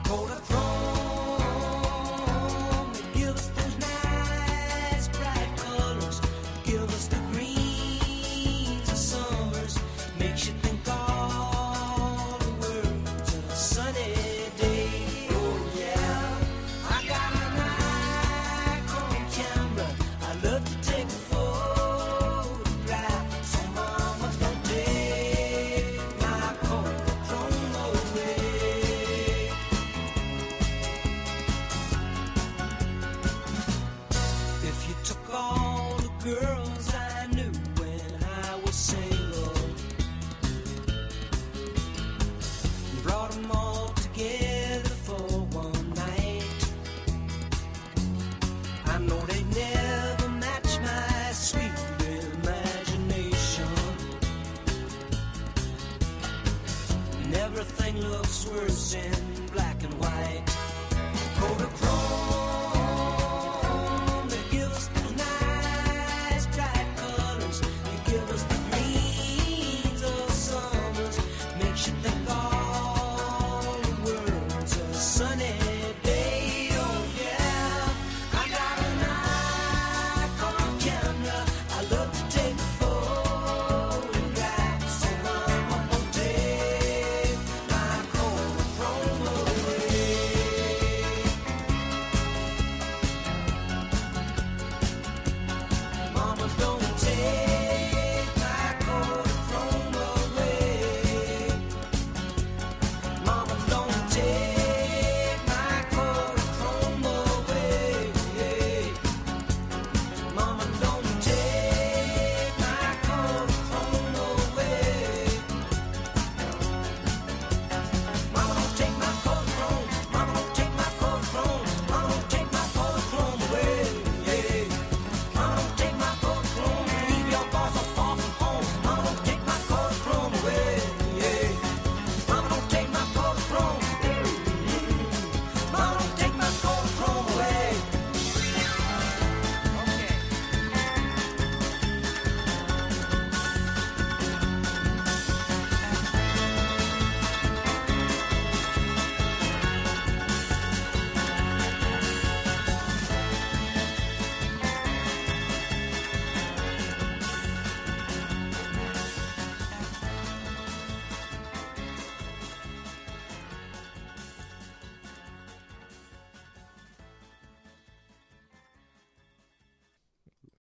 Speaker 7: Go to throne, give us those nice bright colors, give us the greens of summers, makes you think all the world's a sunny day. Oh yeah, I got an icon camera, I love to take a photograph. So mama, don't take my Kodachrome away. If you took all the girls I knew when I was single, and brought them all together for one night, I know they never match my sweet imagination. And everything looks worse in black and white.